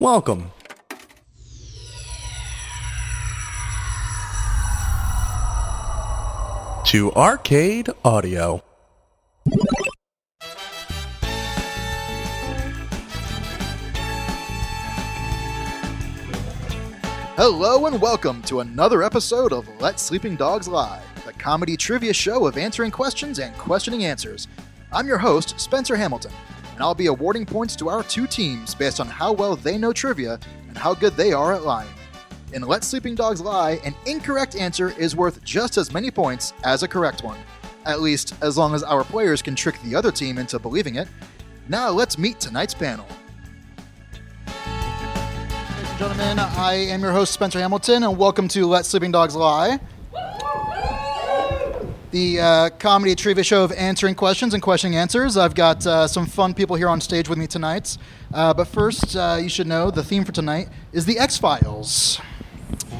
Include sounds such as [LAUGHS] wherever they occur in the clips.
Welcome. To Arcade Audio. Hello and welcome to another episode of Let Sleeping Dogs Lie, the comedy trivia show of answering questions and questioning answers. I'm your host, Spencer Hamilton, and I'll be awarding points to our two teams based on how well they know trivia and how good they are at lying. In Let Sleeping Dogs Lie, an incorrect answer is worth just as many points as a correct one, at least as long as our players can trick the other team into believing it. Now let's meet tonight's panel. Ladies and gentlemen, I am your host, Spencer Hamilton, and welcome to Let Sleeping Dogs Lie, the uh, comedy trivia show of answering questions and questioning answers. I've got uh, some fun people here on stage with me tonight. Uh, but first, uh, you should know the theme for tonight is the X Files.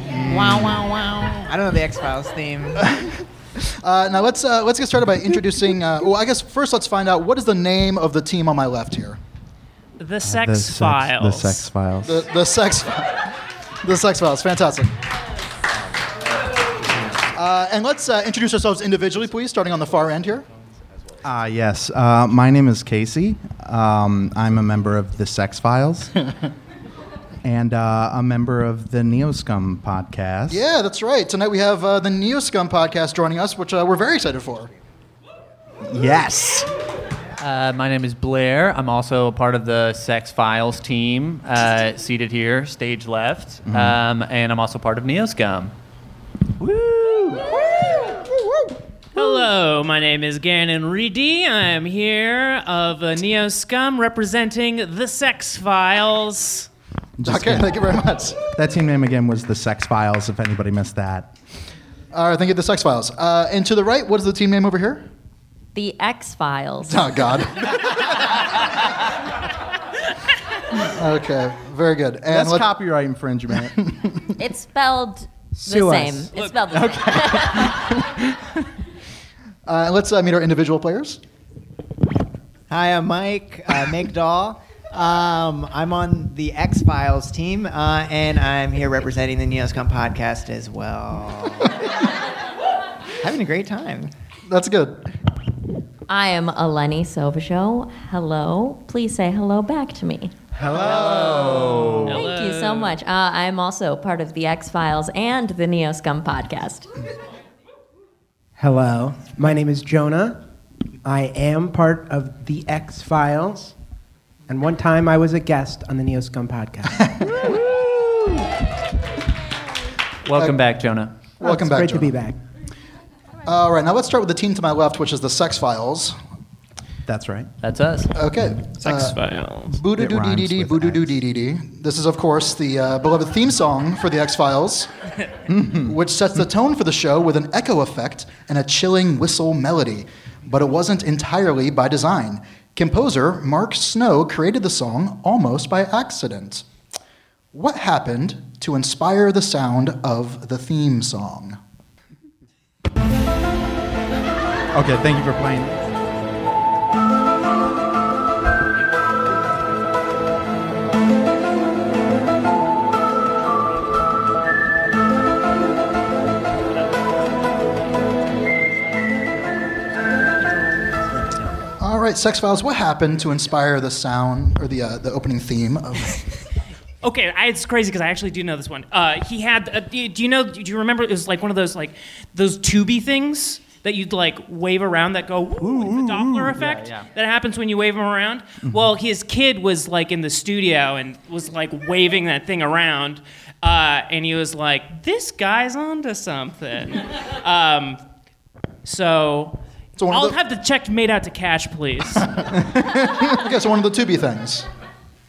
Wow, wow, wow. I don't know the X Files theme. Uh, now let's uh, let's get started by introducing. Uh, well, I guess first let's find out what is the name of the team on my left here. The The sex sex- files. The sex files. The the sex, the sex files. Fantastic. Uh, and let's uh, introduce ourselves individually, please, starting on the far end here. Ah, yes. Uh, my name is Casey. Um, I'm a member of the Sex Files, [LAUGHS] and uh, a member of the Neoscum podcast. Yeah, that's right. Tonight we have uh, the Neo Scum podcast joining us, which uh, we're very excited for. Yes. Uh, my name is Blair. I'm also a part of the Sex Files team, uh, seated here, stage left, um, and I'm also part of Neoscum. Hello, my name is Gannon Reedy. I am here of uh, Neo Scum representing the Sex Files. Just okay, kidding. thank you very much. That team name again was the Sex Files. If anybody missed that. All right, thank you, the Sex Files. Uh, and to the right, what is the team name over here? The X Files. Oh, [LAUGHS] God. okay, very good. And That's let- copyright infringement. It's spelled the Sue us. same. It's spelled the same. [LAUGHS] uh, let's uh, meet our individual players. Hi, I'm Mike, uh, Meg Dahl. Um, I'm on the X Files team, uh, and I'm here representing the Neoscum podcast as well. Having a great time. That's good. [LAUGHS] I am Eleni Sovashow. Hello. Please say hello back to me. Hello. Thank you so much. Uh, I am also part of the X Files and the Neo Scum podcast. Hello, my name is Jonah. I am part of the X Files, and one time I was a guest on the Neoscum podcast. Welcome back, Jonah. Welcome it's back. Great to Jonah. be back. All right, now let's start with the team to my left, which is the Sex Files. That's right. That's us. Okay. uh, Sex Files. Boo doo doo dee dee dee, It rhymes boo with doo doo X. dee dee dee. This is, of course, the uh, beloved theme song for the X [LAUGHS] Files, [LAUGHS] which sets the tone for the show with an echo effect and a chilling whistle melody. But it wasn't entirely by design. Composer Mark Snow created the song almost by accident. What happened to inspire the sound of the theme song? Okay. Thank you for playing. All right, Sex Files, what happened to inspire the sound or the, uh, the opening theme of. [LAUGHS] Okay, I, it's crazy because I actually do know this one. Uh, he had. Uh, do you know? Do you remember? It was like one of those like those tubey things that you'd like wave around that go ooh, like the Doppler effect yeah. that happens when you wave them around. Well, his kid was like in the studio and was like waving that thing around, uh, and he was like, "This guy's onto something." um, so. So one of I'll the- have the check made out to cash, please. Okay, so one of the Tubi things.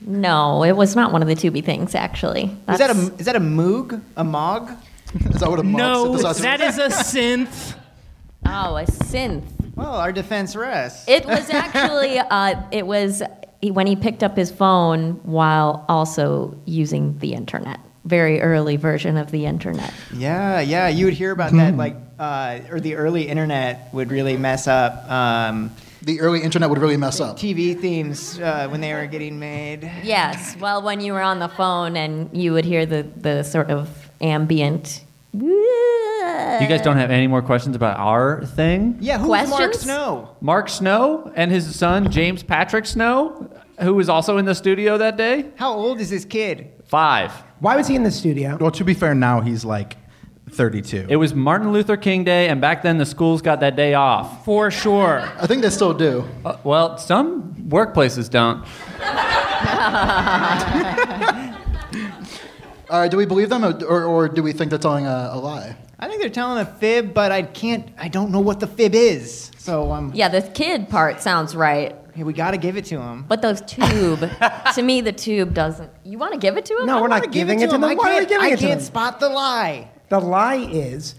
No, it was not one of the Tubi things, actually. Is that, a, That's- is that a moog? A mog? Is that what a no, mug said? that is a synth. Oh, a synth. Well, our defense rests. It was actually, uh, it was he- when he picked up his phone while also using the internet. Very early version of the internet. Yeah, yeah. Hmm. You would hear about that, like, uh, or the early internet would really mess up um, the early internet would really mess up. TV themes uh, when they were getting made. Yes. Well, when you were on the phone and you would hear the, the sort of ambient. You guys don't have any more questions about our thing? Yeah, who's Mark Questions? Snow? Mark Snow and his son, James Patrick Snow, who was also in the studio that day? How old is this kid? Five. Why was he in the studio? Well, to be fair, now he's like 32. It was Martin Luther King Day, and back then the schools got that day off. For sure. I think they still do. Uh, well, some workplaces don't. All right, do we believe them, or, or, or do we think they're telling a, a lie? I think they're telling a fib, but I can't. I don't know what the fib is. So um, Yeah, the kid part sounds right. yeah, we gotta give it to him. But [LAUGHS] those tube, to me, the tube doesn't. You want to give it to him? No, we're I not wanna giving it to him. them. I Why are we can't, giving I it to can't them? spot the lie. The lie is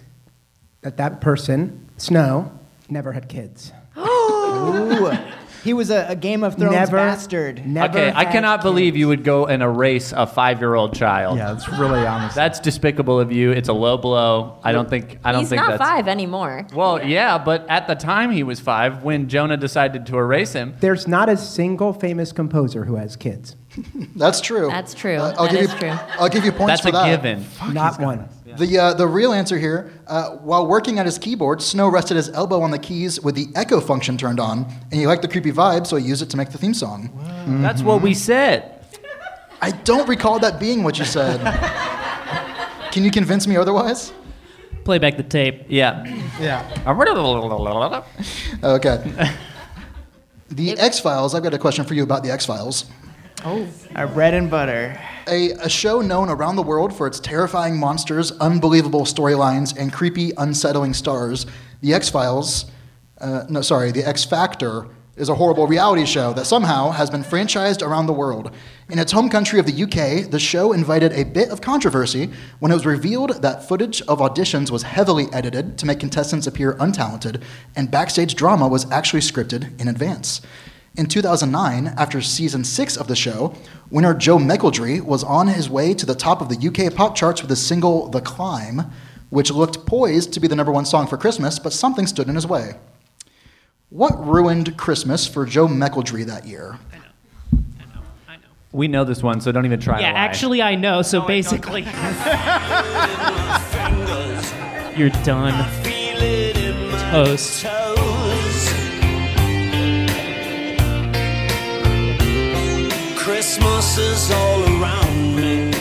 that that person, Snow, never had kids. [LAUGHS] He was a, a Game of Thrones never, bastard. Never. okay, I had cannot believe you would go and erase a five-year-old child. yeah, it's really honest. That's despicable of you. It's a low blow. I don't think. I don't He's think not that's. five anymore. Well, yeah, but at the time he was five when Jonah decided to erase him. There's not a single famous composer who has kids. That's true. That's true. Uh, I'll That give is you, true. I'll give you points That's for a that. given. not one. The, uh, the real answer here uh, while working at his keyboard, Snow rested his elbow on the keys with the echo function turned on, and he liked the creepy vibe, so he used it to make the theme song. That's what we said. I don't recall that being what you [LAUGHS] said. Can you convince me otherwise? Play back the tape. Yeah. Yeah. [LAUGHS] Okay. The X Files, I've got a question for you about the X Files. Our bread and butter. A, a show known around the world for its terrifying monsters, unbelievable storylines, and creepy, unsettling stars. The X Files, uh, no, sorry, The X Factor is a horrible reality show that somehow has been franchised around the world. In its home country of the UK, the show invited a bit of controversy when it was revealed that footage of auditions was heavily edited to make contestants appear untalented, and backstage drama was actually scripted in advance. In 2009, after season six of the show, winner Joe McElderry was on his way to the top of the UK pop charts with the single The Climb, which looked poised to be the number one song for Christmas, but something stood in his way. What ruined Christmas for Joe McElderry that year? We know this one, so don't even try. Yeah, to lie. actually, I know. So [LAUGHS] basically, you're done. Toast. Christmas is all around me,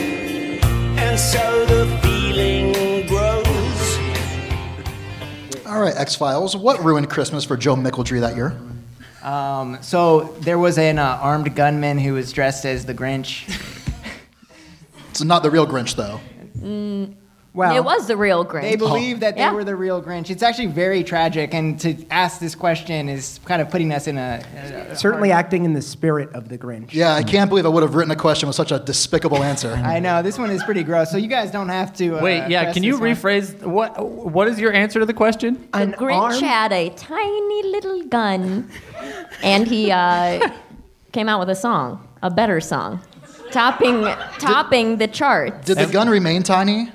and so the feeling grows. All right, X Files, what ruined Christmas for Joe McElderry that year? Um, so there was an uh, armed gunman who was dressed as the Grinch. It's not the real Grinch, though. Well, it was the real Grinch. They believe that they Yeah. were the real Grinch. It's actually very tragic, and to ask this question is kind of putting us in a. a- a certainly acting in the spirit of the Grinch. Yeah, I can't believe I would have written a question with such a despicable answer. I know this one is pretty gross, so you guys don't have to. Uh, Wait, yeah. press Can you this one. rephrase what? What is your answer to the question? The An Grinch arm- had a tiny little gun, and he uh, came out with a song, a better song, topping topping the charts. Did the gun remain tiny?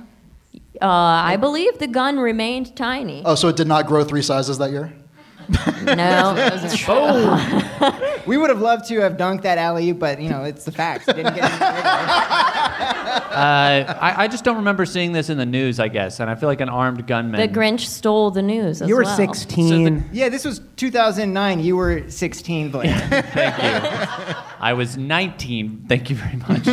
Uh, I believe the gun remained tiny. Oh, so it did not grow three sizes that year? No, We would have loved to have dunked that alley, but you know it's the facts. It didn't get any bigger. [LAUGHS] Uh, I, I just don't remember seeing this in the news. I guess, and I feel like an armed gunman. the Grinch stole the news. As You were well. 16. yeah, this was 2009. You were 16, Blair. I was 19. Thank you very much.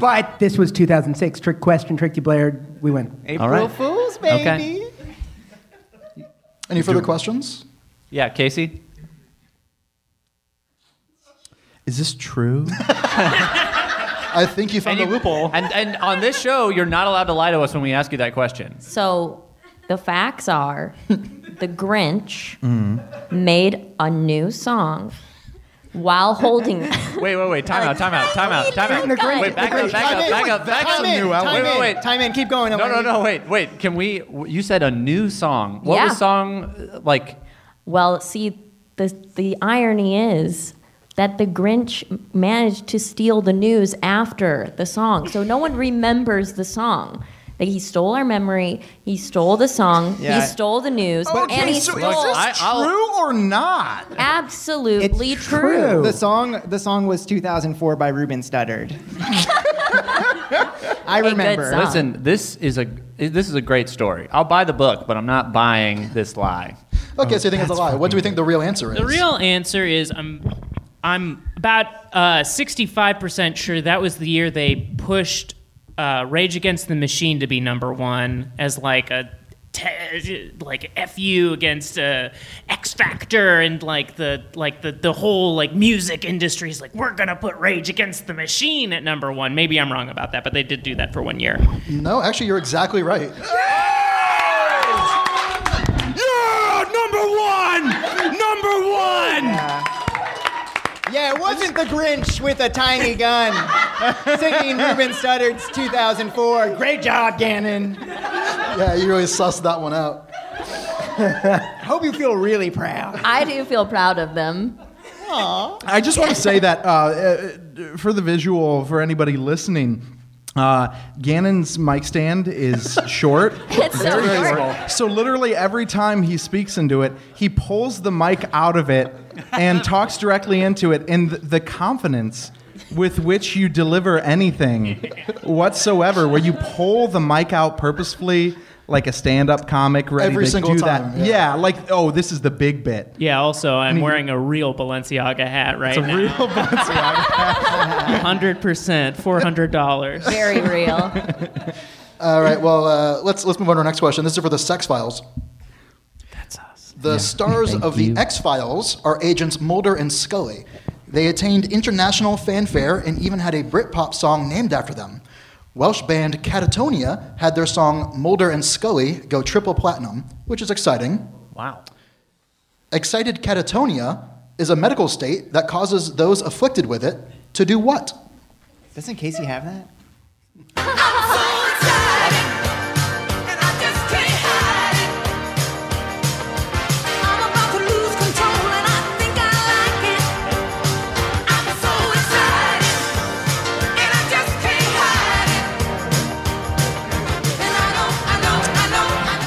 [LAUGHS] but this was 2006. Trick question, trick you, Blair. We win. April right. Fools, baby. Okay. Any further questions? yeah, Casey. Is this [LAUGHS] true? I think you found you- a loophole. And and on this show, you're not allowed to lie to us when we ask you that question. So the facts are the Grinch made a new song while holding. Wait, wait, wait. Time out. Time out. Time out. Time The Grinch- out. Wait, back the up. Grinch- Back Time up. in, Back up. Back time up. in, Wait, time wait, in, wait. Time in. Keep going. No, no, Eleni. no. Wait, wait. Can we? You said a new song. What Yeah. was song uh, like? well, see, the, the irony is that the Grinch managed to steal the news after the song. So no one remembers the song. Like he stole our memory, he stole the song, Yeah. he stole the news, and he so stole is this true or not? absolutely It's true. true. The song the song was 2004 by Ruben [LAUGHS] Studdard. I good remember. song. Listen, this is a this is a great story. I'll buy the book, but I'm not buying this lie. Okay, so you think it's a lie. What do we think the real answer is? The real answer is I'm I'm about uh, 65% sure that was the year they pushed uh, Rage Against the Machine to be number one as like a te- like fu against uh, X Factor and like the like the the whole like music industry is like we're gonna put Rage Against the Machine at number one. Maybe I'm wrong about that, but they did do that for one year. No, actually, you're exactly right. Yeah! Number one! Number one! Yeah, it wasn't the Grinch with a tiny [LAUGHS] gun singing Ruben Studdard's 2004. Great job, Gannon. Yeah, you really sussed that one out. [LAUGHS] Hope you feel really proud. I do feel proud of them. I just want to say that uh, uh, for the visual, for anybody listening, uh, Gannon's mic stand is short. It's so Very short. So literally every time he speaks into it, he pulls the mic out of it and talks directly into it. And th- the confidence with which you deliver anything whatsoever, where you pull the mic out purposefully. Like a stand-up comic ready Every to single do time, that. yeah. yeah, like oh, this is the big bit. [LAUGHS] Yeah. Also, I'm wearing a real Balenciaga hat right It's a now. real [LAUGHS] Balenciaga. Hundred percent, four hundred dollars. [LAUGHS] Very real. All right, well, uh, let's let's move on to our next question. This is for the Sex Files. The stars of the X Files are agents Mulder and Scully. They attained international fanfare and even had a Britpop song named after them. Welsh band Catatonia had their song Mulder and Scully go triple platinum, which is exciting. Wow. Excited catatonia is a medical state that causes those afflicted with it to do what? Doesn't Casey have that?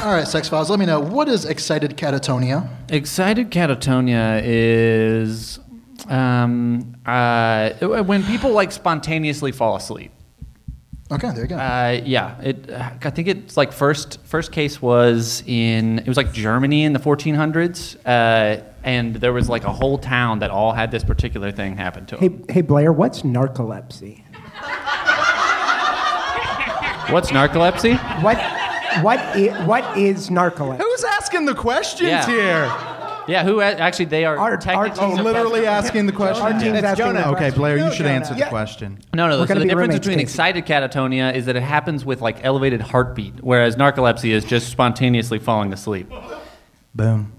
All right, Sex Files, let me know. What is excited catatonia? Excited catatonia is um, uh, when people like spontaneously fall asleep. Okay, there you go. Uh, yeah, it. I think it's like first first case was in it was like Germany in the 1400s, uh, and there was like a whole town that all had this particular thing happen to them. Hey, hey, Blair, what's narcolepsy? What's narcolepsy? What, what, i- what is narcolepsy? Who's asking the questions Yeah. here? Yeah, who a- actually they are Our- our technically team- Oh, literally asking the question. Our team's That's asking Jonah. the Okay, question. Blair, you No, should Jonah. answer the Yeah. question. No, no. We're So gonna the be difference roommates, between Casey. excited catatonia is that it happens with like elevated heartbeat, whereas narcolepsy is just spontaneously falling asleep. Boom.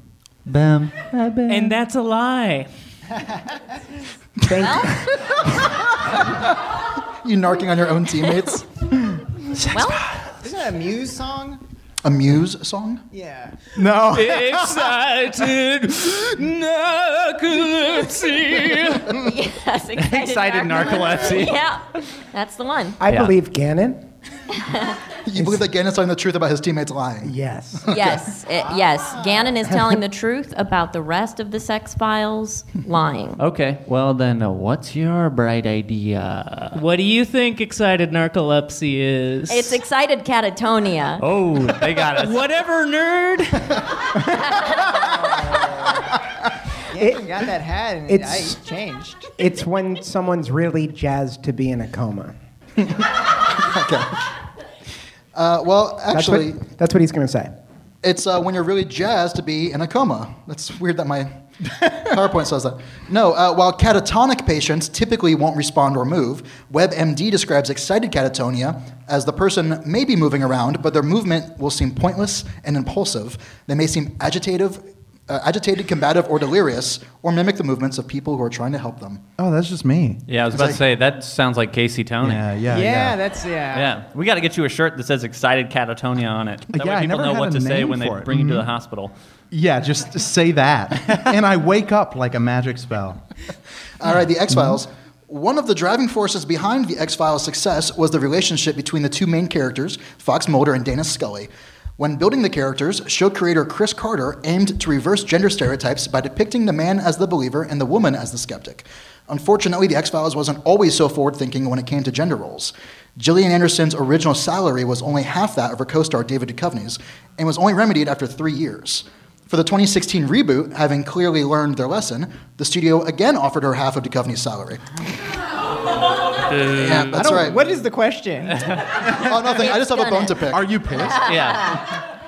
Bam. [LAUGHS] And that's a lie. [LAUGHS] you narking on your own teammates? Well, Isn't that a Muse song? a Muse song? Yeah. No. Excited narcolepsy. yes, excited, [LAUGHS] Excited [LAUGHS] narcolepsy. Yeah, that's the one. I Yeah. believe Gannon. You believe that Gannon's telling the truth about his teammates lying? Yes. Yes, it, yes. Gannon is telling the truth about the rest of the sex files lying. Okay. Well then, uh, what's your bright idea? What do you think excited narcolepsy is? It's excited catatonia. Oh, they got [LAUGHS] us. Whatever, nerd. Yeah, you got that hat and It's- it's changed. It's when someone's really jazzed to be in a coma. Uh, well, That's actually, what, that's what he's going to say. it's uh, when you're really jazzed to be in a coma. That's weird that my [LAUGHS] PowerPoint says that. No, uh, while catatonic patients typically won't respond or move, WebMD describes excited catatonia as the person may be moving around, but their movement will seem pointless and impulsive. They may seem agitative, uh, agitated, combative, or delirious, or mimic the movements of people who are trying to help them. Oh, that's just me. Yeah, I was about to say that sounds like Casey Tony. Yeah, Yeah, yeah, yeah. yeah, that's yeah. we got to get you a shirt that says "Excited Catatonia" on it. That Yeah, way I people never know had what a to say name when they for it. bring you to the hospital. Yeah, [LAUGHS] just say that. and I wake up like a magic spell. All right, the X Files. One of the driving forces behind the X Files' success was the relationship between the two main characters, Fox Mulder and Dana Scully. When building the characters, show creator Chris Carter aimed to reverse gender stereotypes by depicting the man as the believer and the woman as the skeptic. Unfortunately, The X Files wasn't always so forward thinking when it came to gender roles. Gillian Anderson's original salary was only half that of her co star David Duchovny's, and was only remedied after three years. For the 2016 reboot, having clearly learned their lesson, the studio again offered her half of Duchovny's salary. yeah, that's right. [LAUGHS] What is the question? Oh, nothing. I just have a done bone it. to pick. Are you pissed? Yeah.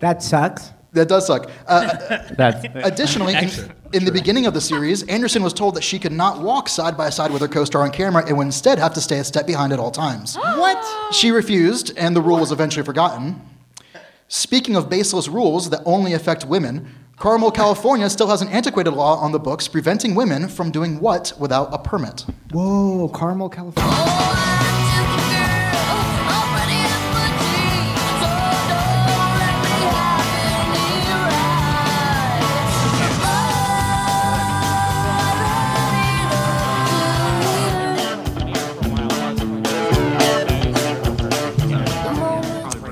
That sucks. that does suck. Uh, That's [LAUGHS] Additionally, in, in the beginning of the series, Anderson was told that she could not walk side by side with her co-star on camera and would instead have to stay a step behind at all times. what? She refused, and the rule was eventually forgotten. Speaking of baseless rules that only affect women, Carmel, California still has an antiquated law on the books preventing women from doing what without a permit. Whoa, Carmel, California.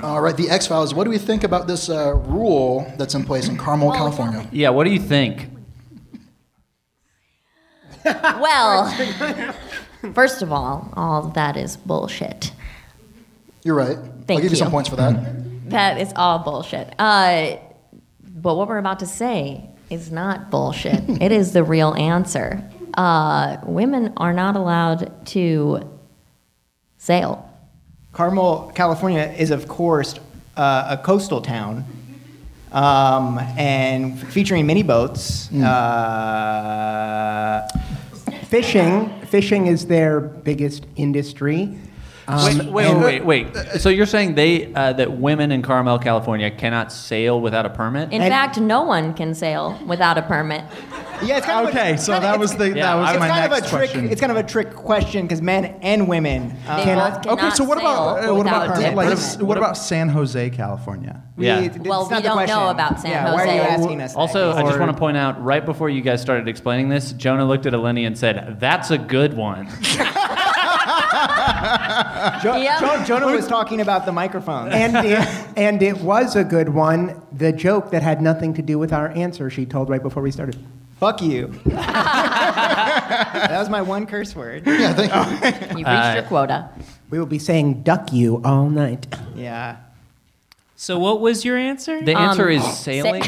All right, the X Files. What do we think about this uh, rule that's in place in Carmel, California? yeah. What do you think? Well, first of all, all of that is bullshit. You're right. I'll Thank give you some you. points for that. That is all bullshit. Uh, but what we're about to say is not bullshit. it is the real answer. Uh, women are not allowed to sail. Carmel, California is, of course, uh, a coastal town um, and featuring mini boats. Uh, Fishing, fishing is their biggest industry. Um, Wait, wait, and- wait, wait, wait. So you're saying they uh, that women in Carmel, California, cannot sail without a permit? In And- fact, no one can sail without a permit. yeah, it's kind of a- Okay, so kinda- that was the Yeah, that was I- It's my kind of a next trick. question. It's kind of a trick question because men and women They uh, both I- cannot okay, so what about sail uh, what about without a Carmel- Carmel? like, What permit. s- what about San Jose, California? we- Yeah. it's Well, we not the don't know question. about San yeah, Why are you Jose. asking us? that? Also, I just Or- want to point out right before you guys started explaining this, Jonah looked at Eleni and said, "That's a good one." Jo- Yeah. Jo- Jonah was talking about the microphone. and it, and it was a good one. The joke that had nothing to do with our answer she told right before we started. Fuck you. that was my one curse word. Yeah, thank you. You've reached your quota. We will be saying duck you all night. Yeah. So what was your answer? The Um, answer is [LAUGHS] sa- [LAUGHS] sailing.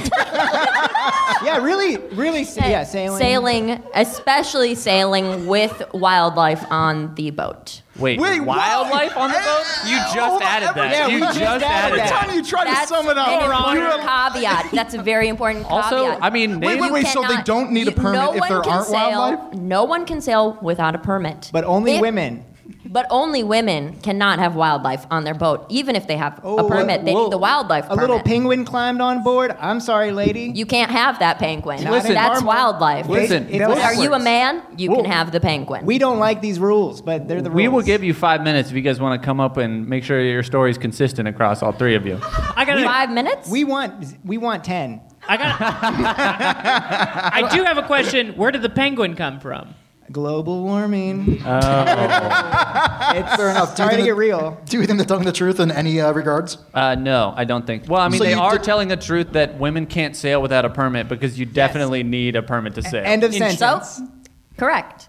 Yeah, really, really. s- Yeah, sailing. especially sailing with wildlife on the boat. Wait, Wait, wildlife on the boat? You just added that. Yeah, you we just added added that. Every time you try That's to sum it up, an you're important a- caveat. That's a very important caveat. Also, I Wait, mean, name- wait, You wait. So they cannot- don't need a you- permit no if one there can aren't sail- wildlife? No one can sail without a permit. But only If- women. But only women cannot have wildlife on their boat, even if they have Oh, a permit. they whoa. need the wildlife A little permit. penguin climbed on board. I'm sorry, lady. You can't have that penguin. Not Listen. in That's Normal. wildlife. Listen, It- it Are was- Are you a backwards. man? You Whoa. can have the penguin. We don't like these rules, but they're the rules. We will give you five minutes if you guys want to come up and make sure your story's consistent across all three of you. I got five minutes. We want. We want ten. I got. [LAUGHS] I do have a question. Where did the penguin come from? Global warming. Uh, it's Fair enough. Do you think starting to get that- real. Do you think they're telling the truth in any uh, regards? Uh, no, I don't think. Well, I mean, So they you are did- telling the truth that women can't sail without a permit because you definitely need a permit to sail. End of sentence. so, correct.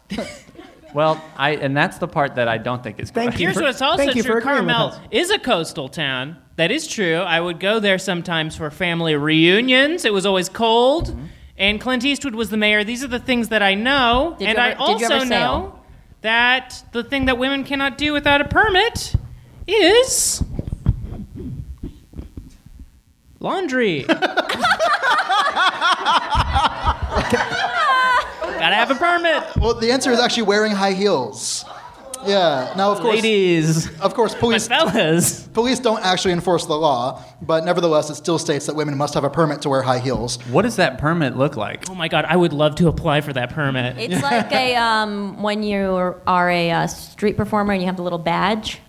well, I and that's the part that I don't think is Thank correct. Here's what's also Thank you for true. agreeing with Carmel us. is a coastal town. That is true. I would go there sometimes for family reunions. It was always cold, Mm-hmm. and Clint Eastwood was the mayor. These are the things that I know, Did you and ever- I did you ever also know sail? that the thing that women cannot do without a permit is [LAUGHS] laundry. Gotta have a permit, Well, the answer is actually wearing high heels. Yeah. Now, of course, ladies, of course, my [LAUGHS] police fellas. police don't actually enforce the law, but nevertheless, it still states that women must have a permit to wear high heels. what does that permit look like? Oh my god, I would love to apply for that permit. It's like a um, when you are a uh, street performer and you have the little badge.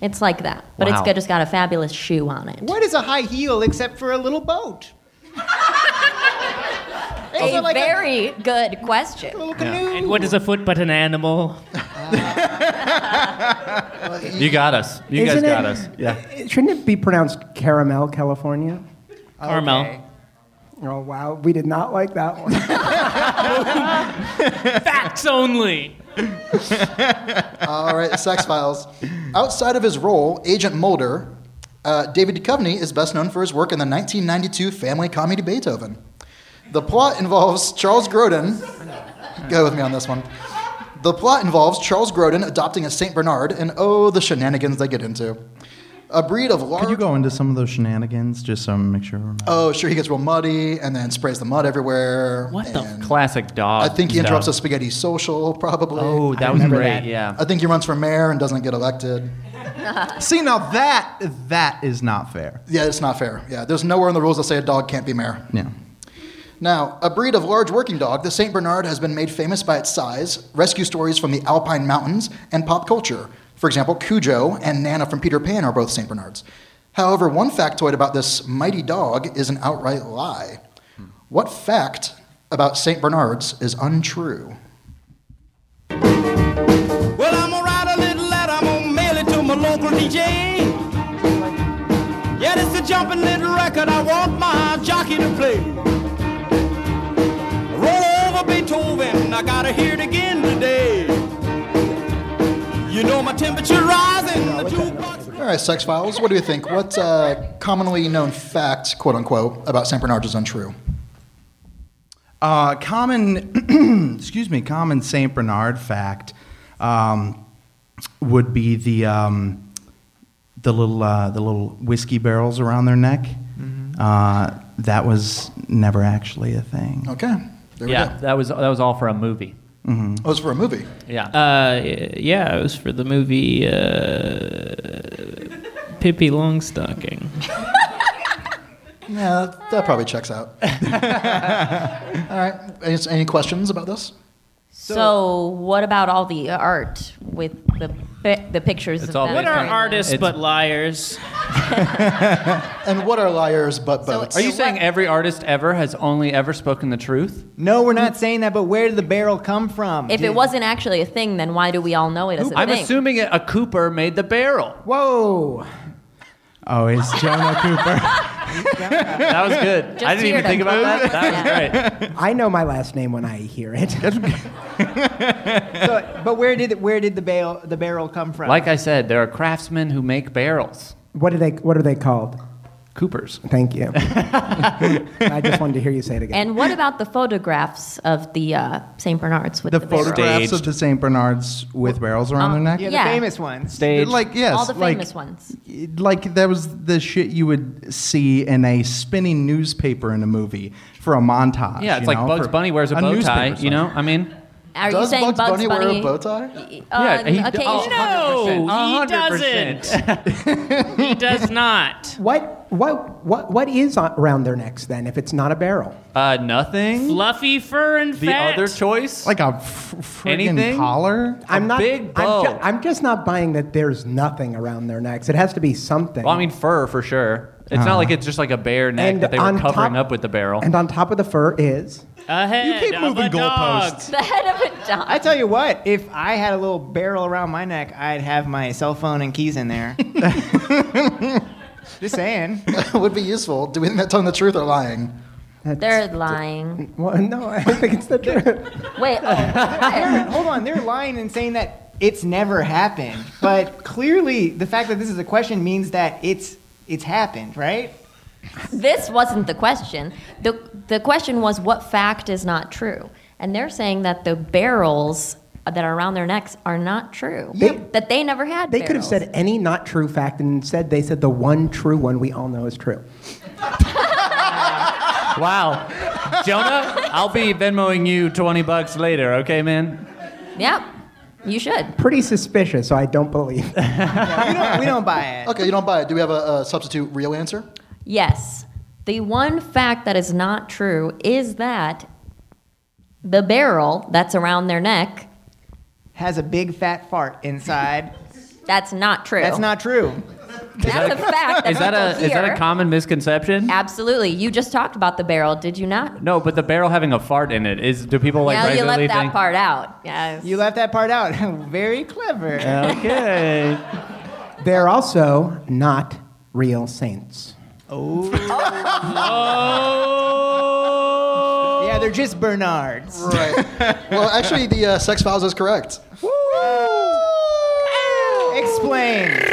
It's like that, but it's Wow. good. It's got a fabulous shoe on it. [LAUGHS] What is a high heel except for a little boat? a very good question. And what is a foot but an animal? You got us. You guys Isn't it- got us. Yeah. Shouldn't it be pronounced Caramel, California? Carmel. Oh, wow. We did not like that one. Facts only. All right, Sex Files. Outside of his role, Agent Mulder, uh, David Duchovny is best known for his work in the 1992 family comedy Beethoven. The plot involves Charles Grodin. Go with me on this one. The plot involves Charles Grodin adopting a Saint Bernard, and oh, the shenanigans they get into. A breed of large. Could you go into some of those shenanigans just so I make sure? I remember? Oh, sure, he gets real muddy and then sprays the mud everywhere. What the and Classic I dog. think he stuff. interrupts a spaghetti social, probably. Oh, that was remember great. that. Yeah. I think he runs for mayor and doesn't get elected. See, now that that is not fair. Yeah, it's not fair. Yeah, there's nowhere in the rules that say a dog can't be mayor. Yeah. Now, a breed of large working dog, the St. Bernard has been made famous by its size, rescue stories from the Alpine Mountains, and pop culture. For example, Cujo and Nana from Peter Pan are both St. Bernards. However, one factoid about this mighty dog is an outright lie. What fact about St. Bernards is untrue? Well, I'm gonna write a little letter, I'm gonna mail it to my local DJ. Yeah, it's a jumping little record I want my jockey to play. Roll over Beethoven, I gotta hear it again today. You know my temperature rising, the jukebox. All right, Sex Files, what do you think? What uh, commonly known fact, quote unquote, about St. Bernards is untrue? Uh, common, [CLEARS THROAT] excuse me, common Saint Bernard fact um, would be the um, the little uh, the little whiskey barrels around their neck. Uh, that was never actually a thing. Okay, there we Yeah. go. That was that was all for a movie. That was for a movie. Yeah. Uh, yeah, it was for the movie uh, Pippi Longstocking. Yeah, that- that probably checks out. All right. Any, any questions about this? So, what about all the art with the pi- the pictures? It's of all them What What are during the- artists It's- but liars? And what are liars but So- boats? Are you So saying what- every artist ever has only ever spoken the truth? No, we're not saying that, but where did the barrel come from? If it wasn't actually a thing, then why do we all know it as a I'm thing? assuming a Cooper made the barrel. Whoa. Oh, it's Jonah Cooper. That was good. I didn't here even to think about that. prove That was great. I know my last name when I hear it. So- but where did where did the barrel the barrel come from? Like I said, there are craftsmen who make barrels. What are they? What are they called? Coopers. Thank [LAUGHS] you. I just wanted to hear you say it again. And what about the photographs of the uh, St. Bernards with the the, barrel? photographs of Staged. the Saint Bernards with barrels around their neck. yeah, the Yeah. famous ones. Stage. Like yes, all the like, famous ones. [LAUGHS] like that was the shit you would see in a spinning newspaper in a movie for a montage. yeah, it's you like know, Bugs for Bunny wears a, bow newspaper tie. You know, somewhere. I mean, Are you Does saying Bugs, Bunny, wear a bow On tie? [LAUGHS] Um, yeah, he, oh, occasion. No, he 100%. doesn't. he does not. What? What? What? What is on, around their necks then? If it's not a barrel, Uh, nothing. Fluffy fur and The fat. other choice, like a f- friggin' Anything? collar. I'm not. big I'm, bow. I'm just not buying that. There's nothing around their necks. It has to be something. well, I mean, fur for sure. It's not like it's just like a bare neck Uh-huh. And that they on were covering top- up with the barrel. and on top of the fur is A head keep of moving a dog. goalposts. The head of a dog. I tell you what, if I had a little barrel around my neck, I'd have my cell phone and keys in [LAUGHS] there. Just saying. Would be useful. Do we [LAUGHS] think they're telling the truth or lying? They're lying. well, no. I think it's the truth. Wait, oh, They're- hold on, they're lying and saying that it's never happened. But clearly, the fact that this is a question means that it's it's happened, right? this wasn't the question. The, the question was what fact is not true? And they're saying that the barrels that are around their necks are not true. They- that they never had They could have barrels. said any not true fact, and instead they said the one true one we all know is true. wow, Jonah, I'll be Venmoing you twenty bucks later. Okay, man. Yep, you should. Pretty suspicious, so I don't [LAUGHS] believe. We don't, we don't buy [LAUGHS] it. Okay, you don't buy it. Do we have a, a substitute real answer? Yes. The one fact that is not true is that the barrel that's around their neck, Has a big fat fart inside. [LAUGHS] that's not true. That's not true. That's a fact. That Is that a people is that a hear. common misconception? Absolutely. You just talked about the barrel, did you not? No, but the barrel having a fart in it is. Do people like now you regularly left that think? part out. Yes. You left that part out. [LAUGHS] Very clever. Okay. Uh, They're also not real saints. Oh. [LAUGHS] Oh. Yeah, they're just Bernards. Right. [LAUGHS] well, actually, the uh, Sex Files is correct. Explain.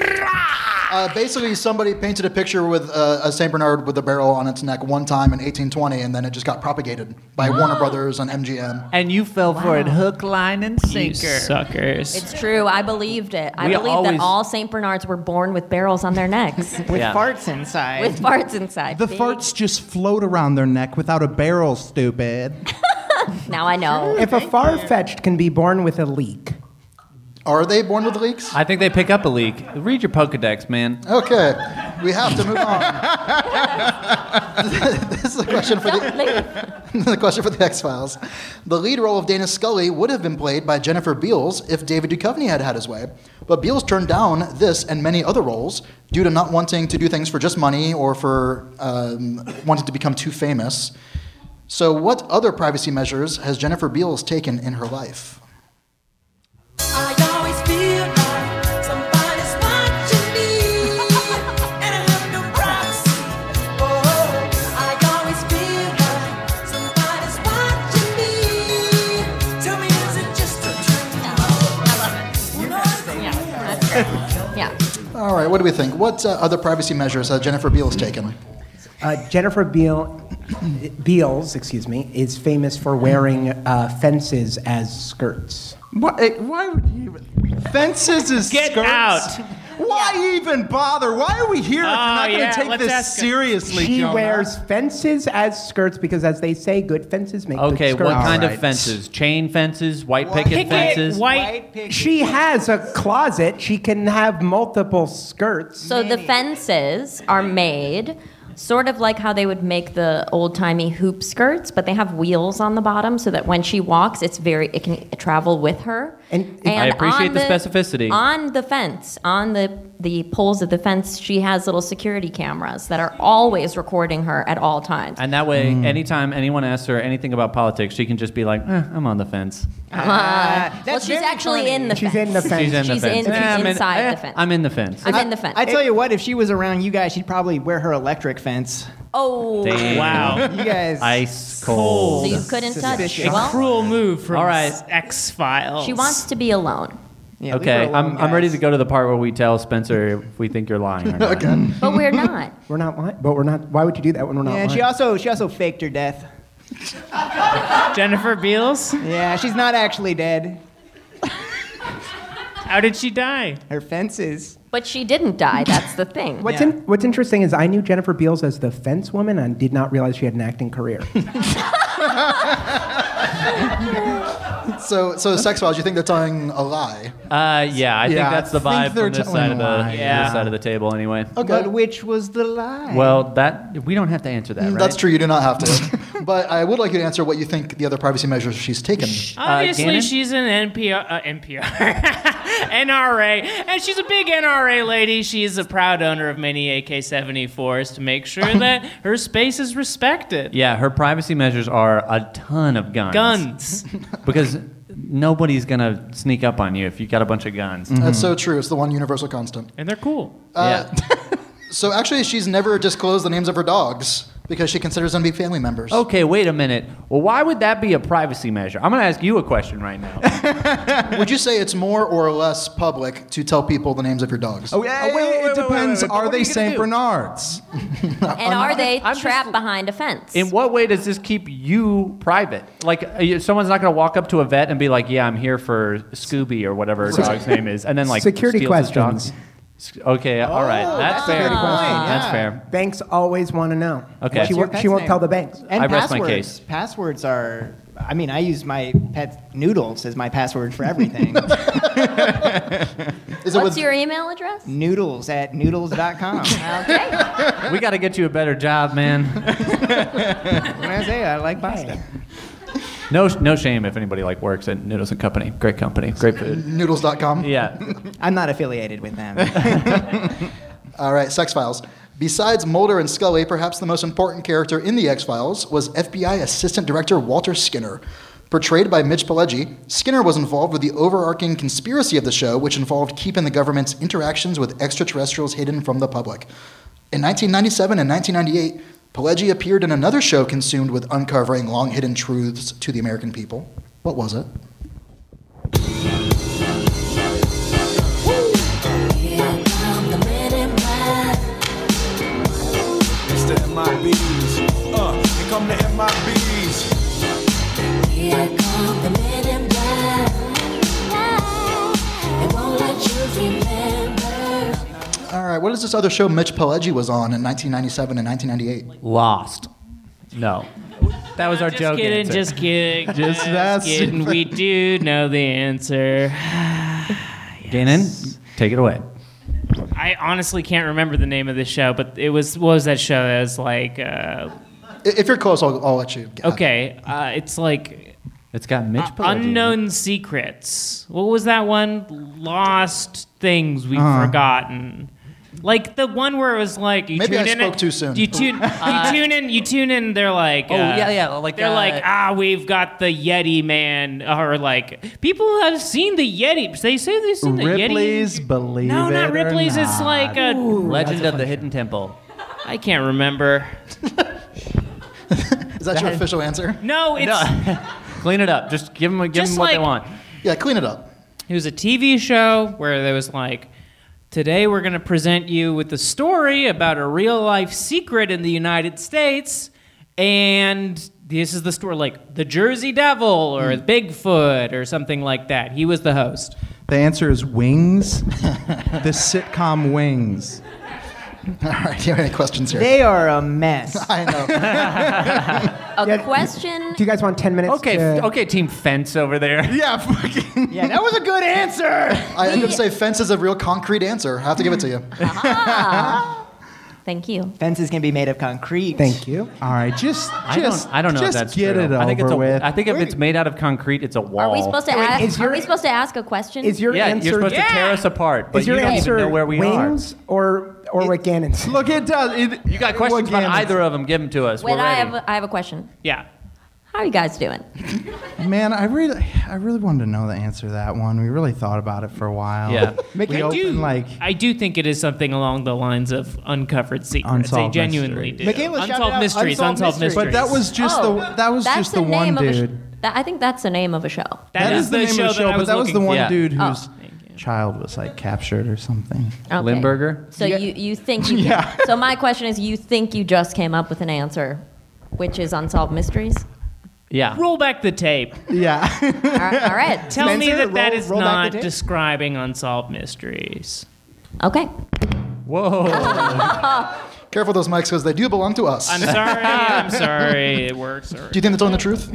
Uh, basically, somebody painted a picture with uh, a Saint Bernard with a barrel on its neck one time in 1820, and then it just got propagated by Warner Brothers and MGM. and you fell for it, hook, line, and You sinker. suckers. It's true. I believed it. I We believed always- that all St. Bernards were born with barrels on their [LAUGHS] necks [LAUGHS] With Yeah. farts inside. with farts inside. The Big- farts just float around their neck without a barrel, stupid. Now I know. If a far fetched can be born with a leak, Are they born with leaks? I think they pick up a leak. Read your Pokedex, man. Okay, we have to move on. this is a question for the, Don't [LAUGHS] leave. the question for the X Files. The lead role of Dana Scully would have been played by Jennifer Beals if David Duchovny had had his way, but Beals turned down this and many other roles due to not wanting to do things for just money or for um, wanting to become too famous. So, what other privacy measures has Jennifer Beals taken in her life? I always feel like somebody's watching me, [LAUGHS] and I have no privacy. Oh, I always feel like somebody's watching me. Tell me, is it just a dream? No, Yeah. All right, what do we think? What uh, other privacy measures has Jennifer Beals taken? uh, Jennifer [COUGHS] Beal, Beals, excuse me, is famous for wearing uh, fences as skirts. Why, eh, why would you even. Fences is Get skirts? out. Why even bother? Why are we here if you're not Oh, going to yeah, take let's this ask her. seriously, She Jonah? wears uh, fences as skirts because, as they say, good fences make good Okay, skirts. what kind Alright. of fences? Chain fences, white picket, Picket, fences. white. She has a closet. She can have multiple skirts. So the fences are made sort of like how they would make the old-timey hoop skirts, but they have wheels on the bottom so that when she walks, it's very it can travel with her. And- I appreciate on the specificity. On the fence, on the the poles of the fence, she has little security cameras that are always recording her at all times. And that way, anytime anyone asks her anything about politics, she can just be like, eh, I'm on the fence. Ah, well, that's she's very actually funny. in the She's fence. in the fence. She's in the She's fence. in- she's Eh, I'm inside eh, the fence. I'm in the fence. I'm in the fence. I tell you what, if she was around you guys, she'd probably wear her electric fence. oh, Damn. Wow. [LAUGHS] You guys. Ice cold. so you couldn't touch. Suspicious. A Well, cruel move from All right. X Files. she wants to be alone. Yeah, leave her Okay, alone, I'm, I'm guys. ready to go to the part where we tell Spencer if we think you're [LAUGHS] lying or not. But we're not. We're not lying, but we're not. Why would you do that when we're not Yeah, lying? and she also she also faked her death. Jennifer Beals. Yeah, she's not actually dead. How did she die? Her fences. But she didn't die. That's the thing. What's Yeah. in, What's interesting is I knew Jennifer Beals as the fence woman and did not realize she had an acting [LAUGHS] career. So, so Sex Files, you think they're telling a lie? Uh, yeah, Yeah, I think that's the I think vibe they're from this telling side of the lies. this side of the table anyway. Okay. But which was the lie? Well, that we don't have to answer Mm, that, right? That's true. You do not have [LAUGHS] to. but I would like you to answer what you think the other privacy measures she's taken. Obviously, Gannon? she's an NPR, uh, [LAUGHS] NPR, NRA, and she's a big NRA lady. She's a proud owner of many AK-74s to make sure that her space is respected. Yeah, her privacy measures are a ton of guns. Guns. [LAUGHS] Because nobody's gonna sneak up on you if you got a bunch of guns. That's so true. It's the one universal constant. Uh, and they're cool. Mm. [LAUGHS] yeah. So actually, she's never disclosed the names of her dogs because she considers them to be family members. Okay, wait a minute. Well, why would that be a privacy measure? I'm gonna ask you a question right now. Would you say it's more or less public to tell people the names of your dogs? Oh, yeah, Oh, wait, wait, it wait, wait, wait, depends. wait, but Are what are they you gonna St. do? Bernards? and are they I'm just- trapped behind a fence? In what way does this keep you private? Like, uh, you- someone's not going to walk up to a vet and be like, "Yeah, I'm here for Scooby or whatever her dog's name is," and then like Security steals his dog. questions. S- Okay, all right, that's, that's a fair. good point, That's yeah. fair. banks always want to know. She, Okay. What's your won't- pet's she won't name? tell the banks. and I rest my passwords. case. Passwords are. I mean, I use my pet noodles as my password for [LAUGHS] everything. Is it What's with your email address? noodles at [LAUGHS] noodles.com. Okay. We got to get you a better job, man. What I say, I like pasta. No, no shame if anybody like works at Noodles and Company. Great company, great food. noodles.com? Yeah, [LAUGHS] I'm not affiliated with them. All right, Sex Files. Besides Mulder and Scully, perhaps the most important character in The X Files was FBI Assistant Director Walter Skinner. Portrayed by Mitch Pileggi, Skinner was involved with the overarching conspiracy of the show, which involved keeping the government's interactions with extraterrestrials hidden from the public. In 1997 and 1998, Pileggi appeared in another show consumed with uncovering long hidden truths to the American people. What was it? It's the MIBs. Uh, here come the MIBs. All right, what is this other show Mitch Pileggi was on in 1997 and 1998? Lost. No. That was our Just joke. kidding, answer. just kidding. Just that's- kidding. We do know the answer. Gannon, take it away. I honestly can't remember the name of the show, but it was what was that show that was like uh, I- If you're close, I'll, I'll let you. get it. okay, uh, it's like It's got Mitch uh, Pileggi. unknown secrets. What was that one? Lost things we've forgotten. Like the one where it was like you Maybe tune I in spoke and- too soon. You tune, you tune in, you tune in. They're like, Oh, uh, yeah, yeah, like, they're uh, like, ah, we've got the Yeti man, or like people have seen the Yeti. They say they've seen the Ripley's Yeti. Believe No, It not or Ripley's. Not. It's like a Legend of the Hidden Temple. I can't remember. Is that your official answer? No, it's No. Clean it up. Just give them, give Just them what they like- want. Yeah, clean it up. [LAUGHS] it was a TV show where there was like, today we're going to present you with a story about a real life secret in the United States, and this is the story like the Jersey Devil or Hmm. Bigfoot or something like that. He was the host. The answer is Wings. the [LAUGHS] sitcom Wings. All right, do you have any questions here? They are a mess. I [LAUGHS] know. A question. [LAUGHS] Do you guys want 10 minutes? Okay, to- f- okay, Team Fence over there. [LAUGHS] Yeah, fucking. yeah, that was a good answer. I, I'm going to say fence is a real concrete answer. I have to give it to you. Thank you. Fences can be made of concrete. Thank you. All right, just, just I don't, I don't know just if that's get true. it over I think it's a, with. [LAUGHS] I think if it's made out of concrete, it's a wall. Are we supposed to Wait, ask? is Are your- we supposed to ask a question? Is your Yeah, answer you're supposed Yeah. to tear us apart, but is your you don't answer even know where we wings or or what Gannon's? [LAUGHS] Look, it does. It, are. You got questions about Gannon- either of them? Give them to us. Wait, We're I ready. have, I have a question. Yeah. How are you guys doing? Man, I really, I really wanted to know the answer to that one. We really thought about it for a while. [LAUGHS] Yeah. we I do, opened like I do think it is something along the lines of uncovered secrets. Unsolved they genuinely mysteries. do. Michaela, shout it unsolved out. mysteries, Unsolved unsolved mysteries. mysteries. But that was just Oh, the that was that's just the one name of a sh- dude. that, I think that's the name of a show. that is, the, name of the show, that I but that was looking the one Yeah. dude Oh. whose child was like captured or something. Okay. Limburger? So you, you think you Yeah. so my question is you think you just came up with an answer, which is unsolved mysteries? Yeah. Roll back the tape. Yeah, All right. all [LAUGHS] right. Tell me Spencer, that that roll- is roll back the not tape. describing unsolved mysteries. Okay. Whoa. [LAUGHS] Careful those mics because they do belong to us. I'm do sorry. [LAUGHS] I'm sorry. It works. Or... you think they're telling the truth?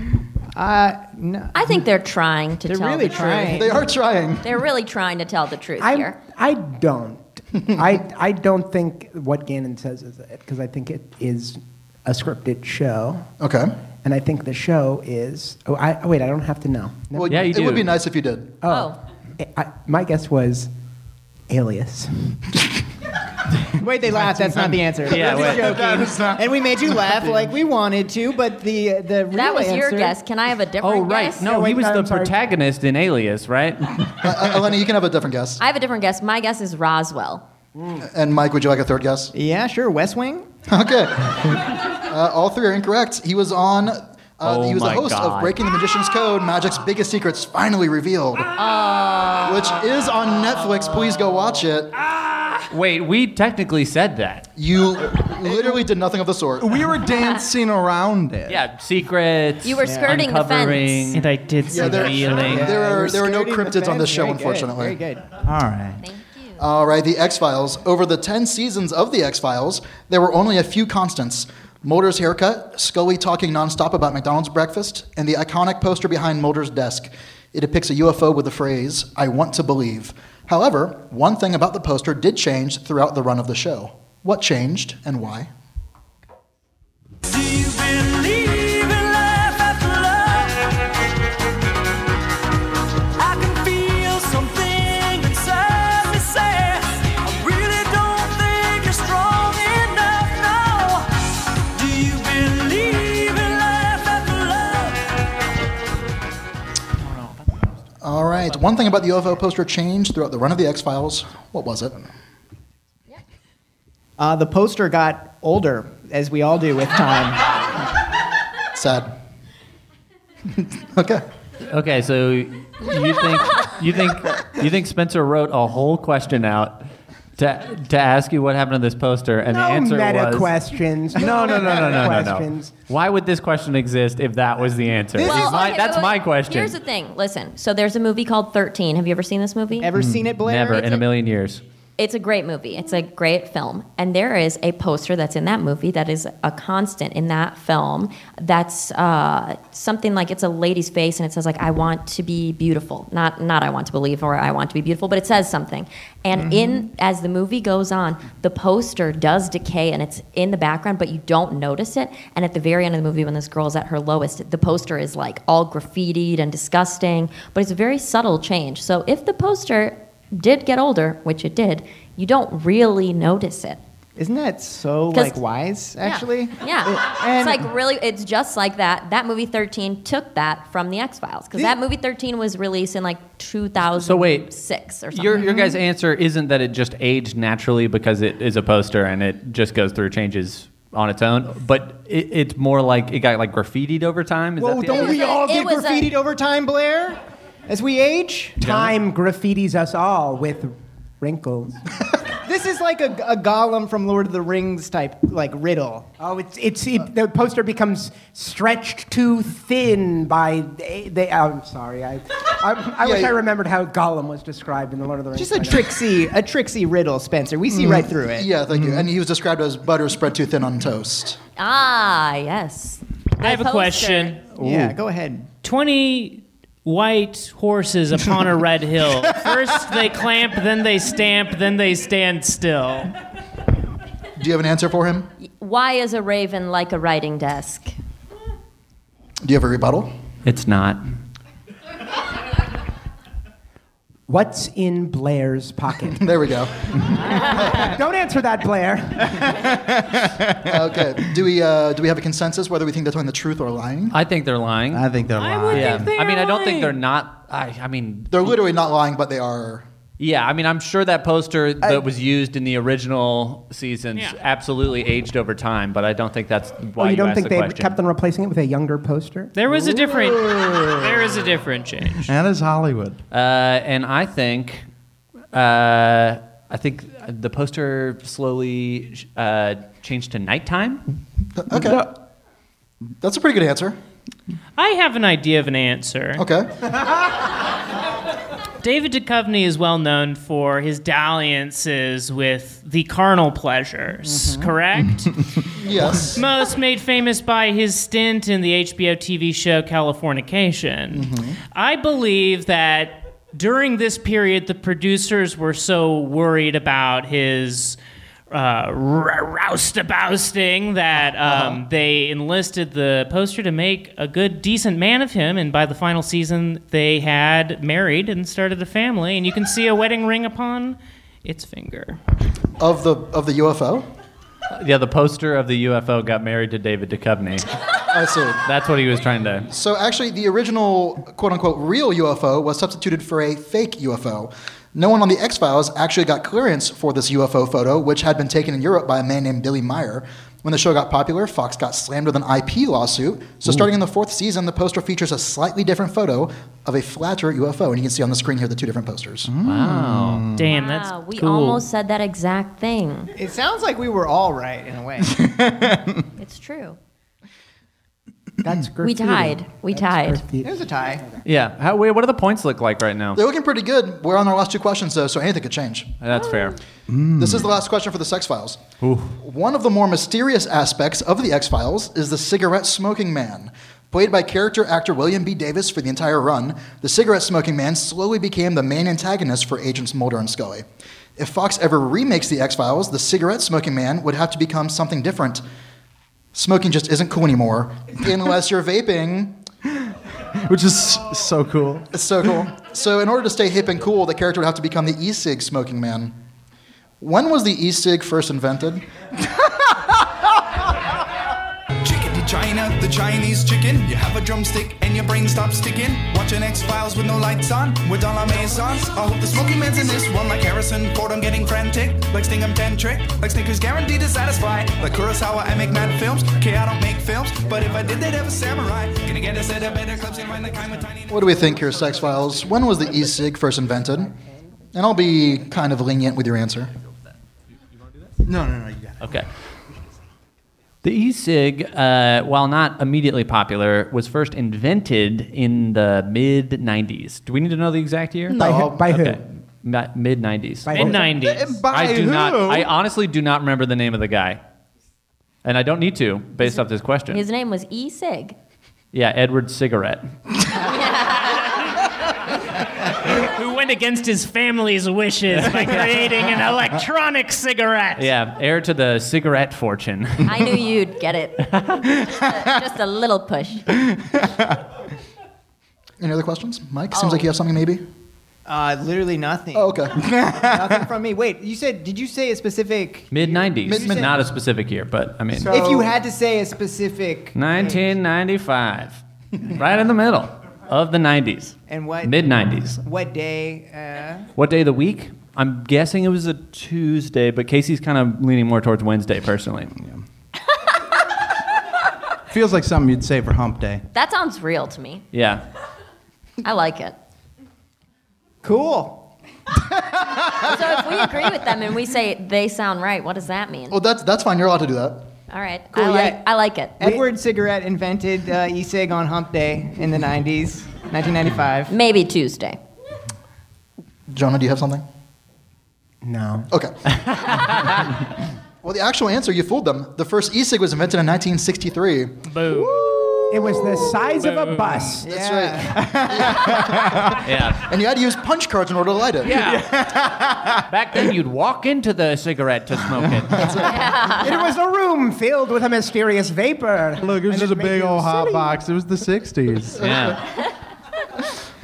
Uh, no. I think they're trying to They're tell really the trying. truth. They are trying. They're really trying to tell the truth I'm, here. I don't. [LAUGHS] I, I don't think what Gannon says is it, because I think it is a scripted show. Okay. And I think the show is. Oh, I, oh wait, I don't have to know. No. Well, Yeah, you it would do. be nice if you did. Uh, Oh. I, I- my guess was alias. Wait, they laughed. That's not the answer. Yeah, We're just wait. joking. And we made you laugh like we wanted to, but the the real That was your answer- guess. Can I have a different Oh, right. guess? No, he wait, was no, the I'm sorry. protagonist in Alias, [LAUGHS] right? Uh, uh, Eleni, you can have a different guess. I have a different guess. My guess is Roswell. And Mike, would you like a third guess? Yeah, sure. West Wing. Okay. Uh, all three are incorrect. He was on. Uh, Oh he was the my host of God. Breaking the Magician's Code, Magic's Biggest Secrets Finally Revealed, which is on Netflix. Please go watch it. Wait, we technically said that. You literally did nothing of the sort. we [LAUGHS] were dancing around it. Yeah, secrets. You were skirting the fence. uncovering. And I did see Yeah, there, feeling. there are there are no Skirting the cryptids on fence. this show, Very good, unfortunately. Very good. All right. Thank you. All right, The X Files. Over the 10 seasons of The X Files, there were only a few constants Mulder's haircut, Scully talking nonstop about McDonald's breakfast, and the iconic poster behind Mulder's desk. It depicts a UFO with the phrase, I want to believe. However, one thing about the poster did change throughout the run of the show. What changed and why? Do you believe in life after love? I can feel something inside me say I really don't think One thing about the UFO poster changed throughout the run of the X Files. What was it? Uh, the poster got older, as we [LAUGHS] all do with time. Sad. [LAUGHS] okay. Okay, so you think you think you think Spencer wrote a whole question out to to ask you what happened to this poster, and the No answer meta was questions. [LAUGHS] No, no, no, no, meta no, no, no. questions. Why would this question exist if that was the answer? Well, my, okay, that's well, my question. Here's the thing. Listen, so there's a movie called 13. Have you ever seen this movie? Ever Hmm. seen it, Blair? Never in a million years. It's a great movie. It's a great film. And there is a poster that's in that movie that is a constant in that film. That's uh, something like it's a lady's face and it says like I want to be beautiful. Not not I want to believe or I want to be beautiful, but it says something. And in as the movie goes on, the poster does decay and it's in the background, but you don't notice it. And at the very end of the movie when this girl's at her lowest, the poster is like all graffitied and disgusting, but it's a very subtle change. So if the poster did get older, which it did, you don't really notice it. Isn't that so 'Cause- like wise, Yeah. actually? Yeah. It- and- it's like really, it's just like that. That movie 13 took that from The X Files because that movie 13 was released in like 2006 So wait, or something. Mm-hmm. Your your guys' answer isn't that it just aged naturally because it is a poster and it just goes through changes on its own, but it, it's more like it got like graffitied over time. Is oh, Whoa, that the don't we idea? all It get was a- graffitied? Graffitied over time, Blair? As we age? Time graffitis us all with [LAUGHS] wrinkles. This is like a, a Gollum from Lord of the Rings type like riddle. Oh, it's it's it, the poster becomes stretched too thin by they. they I'm sorry. I I, I wish Yeah. I remembered how Gollum was described in the Lord of the Rings. Just a I know. tricksy, a tricksy riddle, Spencer. We see right through it. Yeah, thank you. And he was described as butter spread too thin on toast. ah, yes. I have a poster. question. Yeah, go ahead. 20 white horses upon a [LAUGHS] red hill. First they clamp, then they stamp, then they stand still. Do you have an answer for him? Why is a raven like a writing desk? Do you have a rebuttal? [LAUGHS] It's not. What's in Blair's [LAUGHS] pocket? There we go. Don't answer that, Blair. Okay. Do we uh, do we have a consensus whether we think they're telling the truth or lying? I think they're lying. I think they're I lying. would yeah. think they I mean, are I don't think they're lying. not. I, I mean, They're literally not lying, but they are. yeah. I mean, I'm sure that poster that was used in the original seasons Yeah. absolutely aged over time, but I don't think that's why Oh, you, you don't asked think the they question. kept on replacing it with a younger poster? There was a different there is a different change. That is Hollywood. uh, and I think, uh, I think the poster slowly uh, changed to nighttime. Okay. That's a pretty good answer. I have an idea of an answer. Okay. David Duchovny is well known for his dalliances with the carnal pleasures, correct? Yes. Most made famous by his stint in the HBO TV show Californication. I believe that during this period, the producers were so worried about his. Uh, r- roustabousting that um, they enlisted the poster to make a good, decent man of him, and by the final season, they had married and started a family, and you can see a wedding ring upon its finger. Of the of the UFO. Yeah, the poster of the UFO got married to David Duchovny. I see. That's what he was trying to. So actually, the original quote unquote real UFO was substituted for a fake UFO. No one on the X Files actually got clearance for this UFO photo, which had been taken in Europe by a man named Billy Meyer. When the show got popular, Fox got slammed with an IP lawsuit. So, starting in the fourth season, the poster features a slightly different photo of a flatter UFO. And you can see on the screen here the two different posters. Mm-hmm. Wow. Damn, that's Wow, Ah, we cool. almost said that exact thing. It sounds like we were all right in a way. It's true. That's We graffiti. tied. We tied. Graffiti. There's a tie. Yeah. How, wait, what do the points look like right now? They're looking pretty good. We're on our last two questions, though, so anything could change. That's fair. This is the last question for the Sex Files. One of the more mysterious aspects of the X Files is the cigarette smoking man. Played by character actor William B. Davis for the entire run, the cigarette smoking man slowly became the main antagonist for Agents Mulder and Scully. If Fox ever remakes the X Files, the cigarette smoking man would have to become something different. Smoking just isn't cool anymore, [LAUGHS] unless you're vaping. [LAUGHS] Which is s- so cool. It's so cool. So, in order to stay hip and cool, the character would have to become the e cig smoking man. When was the e cig first invented? Chickadee trying Checking out the Chinese chicken. You have a drumstick and your brain stops sticking. Watching X Files with no lights on, with all our maisons. I hope the Smoky Man's in this one, like Harrison Ford. I'm getting frantic, like Sting. I'm tantric, like Snickers, guaranteed to satisfy. Like Kurosawa, I make mad films. Okay, I don't make films, but if I did, they'd have a samurai. Gonna get a set of better clubs and run the kind with tiny. What do we think here, Sex Files? When was the e cig first invented? And I'll be kind of lenient with your answer. No, no, no, you got it. Okay. The e cig, uh, while not immediately popular, was first invented in the mid 90s. Do we need to know the exact year? By who? By who? [LAUGHS] Okay. Mid 90s. By Mid who? nineties. I do who? not. I honestly do not remember the name of the guy, and I don't need to based off this question. His name was E. Sig. yeah, Edward Cigarette. Who went against his family's wishes [LAUGHS] by creating an electronic cigarette? Yeah, heir to the cigarette fortune. [LAUGHS] I knew you'd get it. just, a, just a little push. Any other questions? Mike, seems like you have something maybe? Uh, literally nothing. Oh, okay. nothing from me. Wait, you said? Did you say a specific? Mid nineties, Mid- not a specific year, but I mean, So- if you had to say a specific. nineteen ninety five, right in the middle of the nineties, And what? mid nineties. What day? Uh, What day of the week? I'm guessing it was a Tuesday, but Casey's kind of leaning more towards Wednesday personally. Feels like something you'd say for hump day. That sounds real to me. Yeah, I like it. cool. So if we agree with them and we say they sound right, what does that [LAUGHS] mean? Well, that's, that's fine. You're allowed to do that. All right. I Cool, like, yeah. I like it. Edward Cigarette invented uh, e-cig on Hump Day in the 90s, 1995. Maybe Tuesday. Jonah, do you have something? No. Okay. well, the actual answer, you fooled them. The first e cig was invented in 1963. It was the size of a bus. That's Yeah. right. yeah. And you had to use punch cards in order to light it. Yeah. [LAUGHS] Back then, you'd walk into the cigarette to smoke it. It was a room filled with a mysterious vapor. Look, it was And just a made big you old hot silly. box. It was the 60s. [LAUGHS] Yeah.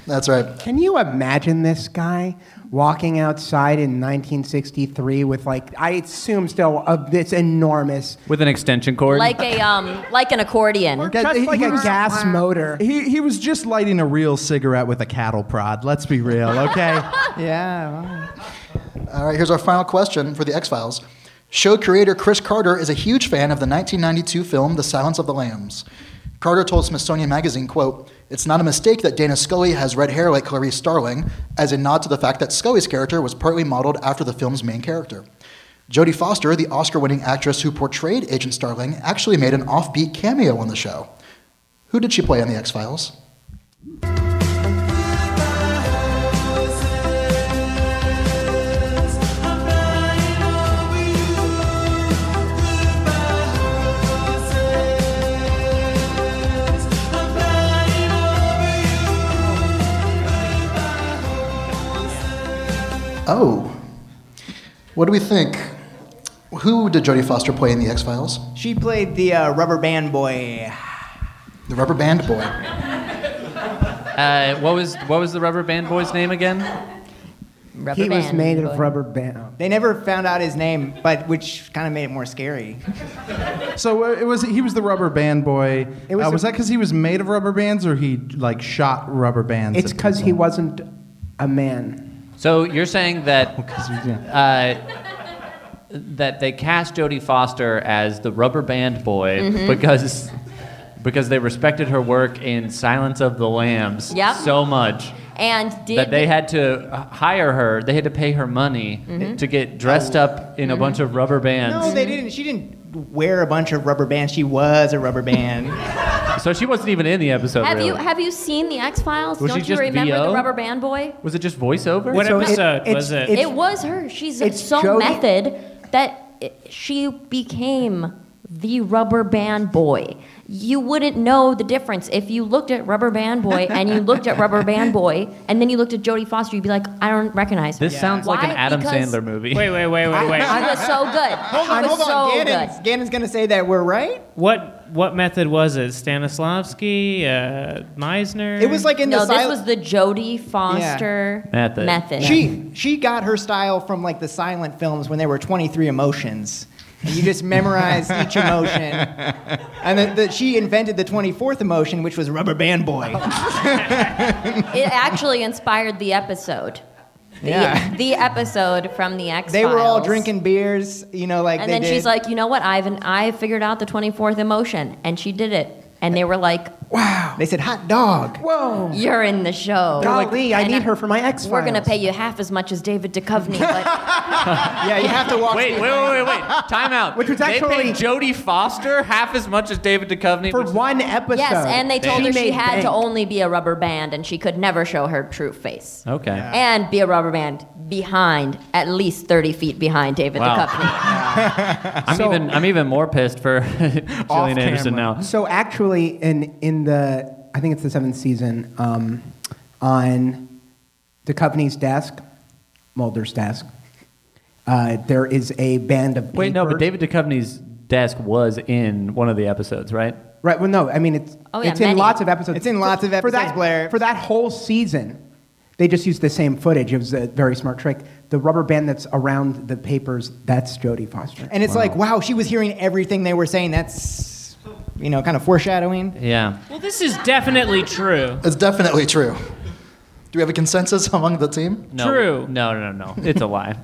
That's right. Can you imagine this guy walking outside in 1963 with like I assume still a, this enormous, With an extension cord. Like a um, like an accordion. Guys, just he- like he a was- gas motor. He, he was just lighting a real cigarette with a cattle prod. Let's be real, okay? Yeah. wow. All right, here's our final question for the X Files. Show creator Chris Carter is a huge fan of the 1992 film The Silence of the Lambs. Carter told Smithsonian Magazine, quote, It's not a mistake that Dana Scully has red hair like Clarice Starling, as a nod to the fact that Scully's character was partly modeled after the film's main character. Jodie Foster, the Oscar winning actress who portrayed Agent Starling, actually made an offbeat cameo on the show. Who did she play on The X Files? Oh. What do we think? Who did Jodie Foster play in The X Files? She played the uh, rubber band boy. The rubber band boy. Uh, what was what was the rubber band boy's name again? Rubber He was band. made of rubber band. They never found out his name, but which kind of made it more scary. So uh, it was he was the rubber band boy. It was Uh, a- was that because he was made of rubber bands, or he like shot rubber bands? It's at because he people? wasn't a man. So you're saying that 'Cause he- yeah. uh, that they cast Jodie Foster as the rubber band boy Mm-hmm. because because they respected her work in Silence of the Lambs Yep. so much And did that they had to uh, hire her. They had to pay her money Mm-hmm. to get dressed up in a bunch of rubber bands. No, they didn't. She didn't wear a bunch of rubber bands. She was a rubber band. [LAUGHS] so she wasn't even in the episode. have really. you have you seen the X Files? Was she Don't you just remember the VO? rubber band boy? was it just voiceover? What So it- episode it's- was it? it's- it was her. She's it's so Jodie- method that it, she became the rubber band boy. You wouldn't know the difference if you looked at Rubber Band Boy and you looked at Rubber Band Boy and then you looked at Jodie Foster. You'd be like, I don't recognize her. This sounds like an Why? Adam Because- Sandler movie. Wait, wait, wait, wait, wait. She was so good. Hold on, she was hold on. so Gannon's, good. Gannon's gonna say that we're right. What what method was it? Stanislavski, uh, Meisner. It was like in No, the this sil- was the Jodie Foster Method. method. She she got her style from like the silent films when there were 23 emotions. And you just [LAUGHS] memorize each emotion. And then the, she invented the 24th emotion, which was Rubber Band Boy. Oh, [LAUGHS] It actually inspired the episode. The, Yeah. the episode from the X. They were all Files. drinking beers, you know, like And they then did. she's like, you know what, Ivan? I figured out the 24th emotion, and she did it. And they were like, they said, hot dog. Whoa. "You're in the show. Golly, I And need her for my X We're gonna pay you half as much as David [LAUGHS] Duchovny, but Yeah, you have to walk. Wait, wait, wait, wait, wait. Time out. Which was they actually- paid Jodie Foster half as much as David Duchovny. for which- one episode. yes." And they told her she made had bank. to only be a rubber band, and she could never show her true face, okay. and be a rubber band behind, at least 30 feet behind David Wow. Duchovny. [LAUGHS] I'm even I'm even more pissed for [LAUGHS] Gillian Anderson camera. now. So actually, in in the I think it's the seventh season, um, on Duchovny's desk, Mulder's desk, uh, there is a band of Wait, no, but papers- David Duchovny's desk was in one of the episodes, right? Right. Well, no. I mean, it's Oh, yeah, it's in many. lots of episodes. It's in lots of For that, episodes, Blair. For that whole season, they just used the same footage. It was a very smart trick. The rubber band that's around the papers, that's Jodie Foster. And it's like, wow, she was hearing everything they were saying. That's, you know, kind of foreshadowing. Yeah. Well, this is definitely true. It's definitely true. Do we have a consensus [LAUGHS] among the team? No, True. No, no, no, no. It's a lie.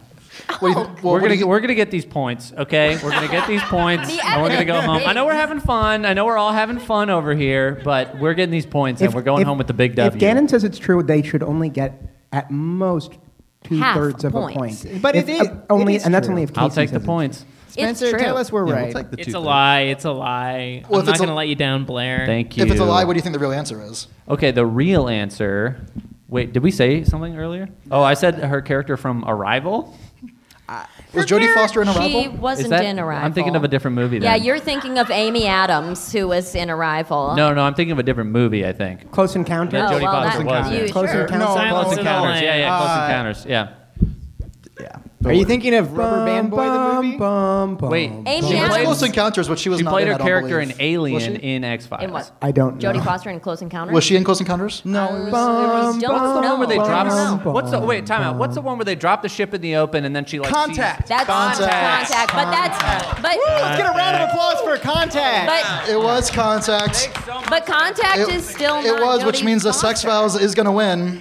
Oh, What do you- well, we're what do gonna you- we're gonna get these points, okay? We're gonna get these points, The and we're gonna go evidence home. I know we're having fun. I know we're all having fun over here, but we're getting these points, and we're going home with the big W. If Gannon says it's true, they should only get at most two thirds of a points. point. But If- it is- uh, only, it is and that's true. only if Casey I'll take the says it's- points. Spencer, true. tell us we're Yeah, we'll right. take the It's a two-thirds. lie. It's a lie. Well, if I'm not it's a- gonna let you down, Blair. Thank you. if it's a lie, what do you think the real answer is? Okay, the real answer. Wait, did we say something earlier? Oh, I said her character from Arrival. Was Jodie Foster in Arrival? She wasn't that- in Arrival. I'm thinking of a different movie. Then. Yeah, you're thinking of Amy Adams, who was in Arrival. No, no, I'm thinking of a different movie. I think. Close Encounter. Oh, Jodie well, Foster that, was in you, it. Close sure. Encounter. Silence Close of the Encounters. Lambs. Yeah, yeah. Close Uh, Encounters. Yeah. Are you thinking of Rubber Band Boy, the Bum, movie? bum, bum, Wait, bum. Amy She She was played- Close Adams. Encounters, but she was She not played in, her I don't character believe. in Alien Was she, in X Files. In what? I don't know. Jodie Foster in Close Encounter. was she in Close Encounters? I No. don't What's the know. one where they Oh, I drop? don't know. bum, What's the wait? Time out. What's the one where they drop the ship in the open and then she like Contact. That's Contact. contact. But that's but Let's get a round Uh, of applause for Contact. but It was Contact. but contact is still It not was, which Jodie means the Sex Foster. Files is going to win.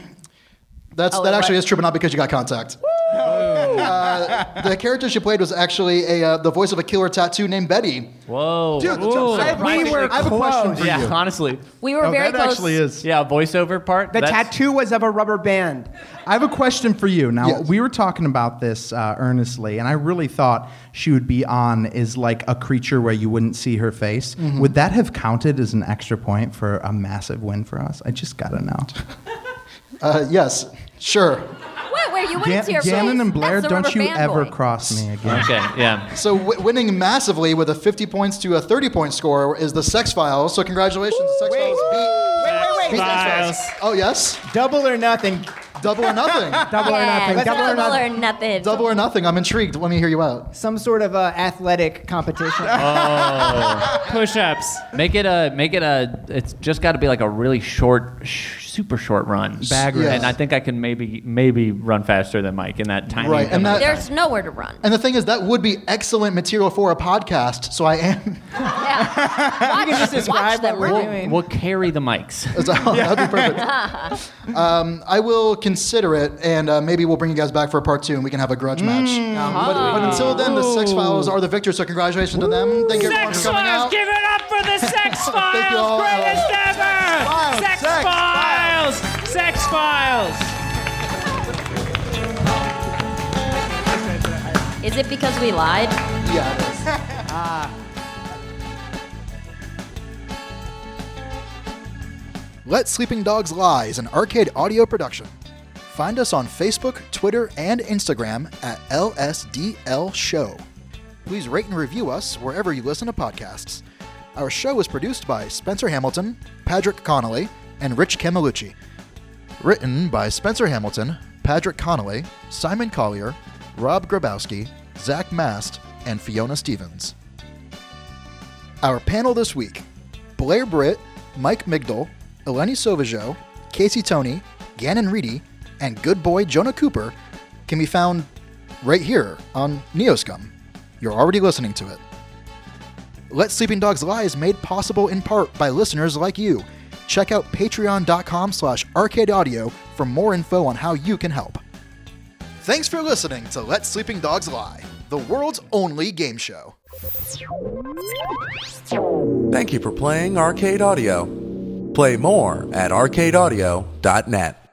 That's Oh, that it actually was. is true, but not because you got contact. Uh, the character she played was actually a uh, the voice of a killer tattoo named Betty. Sees, whoa. Dude, that's- Whoa. I have- we were I have a question [LAUGHS] for yeah, you. honestly. We were Oh, very that close. actually is. Yeah, voiceover part. The that's- tattoo was of a rubber band. I have a question for you. Now Yes. we were talking about this uh, earnestly, and I really thought she would be on is like a creature where you wouldn't see her face. Would that have counted as an extra point for a massive win for us? I just gotta know. Uh, yes, sure. What? Where you went Gan- to your Gannon place? and Blair, That's the don't rubber you band ever boy. cross me again? Okay. Yeah. So w- winning massively with a 50 points to a 30 point score is the Sex Files. So congratulations, the Sex Files beat. wait, wait, beat wait. X Files. Oh yes, Double or nothing. double or [LAUGHS] nothing. Double Yeah, or nothing. Double, or nothing. or nothing. double or nothing. I'm intrigued. Let me hear you out. Some sort of uh, athletic [LAUGHS] competition. Push-ups. Make it a make it a. It's just got to be like a really short, sh- super short run. Bag race. And I think I can maybe maybe run faster than Mike in that tiny. Right, and that- There's nowhere to run. And the thing is, that would be excellent material for a podcast. So I am. Yeah. Watch, just describe watch them what we're run. doing. We'll carry the mics. [LAUGHS] So, That'd be perfect. Um, I will consider it, and uh, maybe we'll bring you guys back for a part two, and we can have a grudge match. Mm, But, but until then, the Sex Files are the victors, so congratulations to them. Thank you everyone for Sex coming Files! out. Give it up for [LAUGHS] the Sex Thank you all. Files! Greatest ever! Sex Files! Sex Files! Is it because we lied? Yeah, it is. Ah. Let Sleeping Dogs Lie is an arcade audio production. Find us on Facebook, Twitter, and Instagram at LSDL Show. Please rate and review us wherever you listen to podcasts. Our show is produced by Spencer Hamilton, Patrick Connolly, and Rich Camelucci. Written by Spencer Hamilton, Patrick Connolly, Simon Collier, Rob Grabowski, Zach Mast, and Fiona Stevens. Our panel this week Blair Britt, Mike Migdal, Eleni Sauvageau, Casey Tony, Gannon Reedy, and good boy Jonah Cooper can be found right here on Neoscum. You're already listening to it. Let Sleeping Dogs Lie is made possible in part by listeners like you. Check out patreon.com slash arcadeaudio for more info on how you can help. Thanks for listening to Let Sleeping Dogs Lie, the world's only game show. Thank you for playing Arcade Audio. Play more at arcadeaudio.net.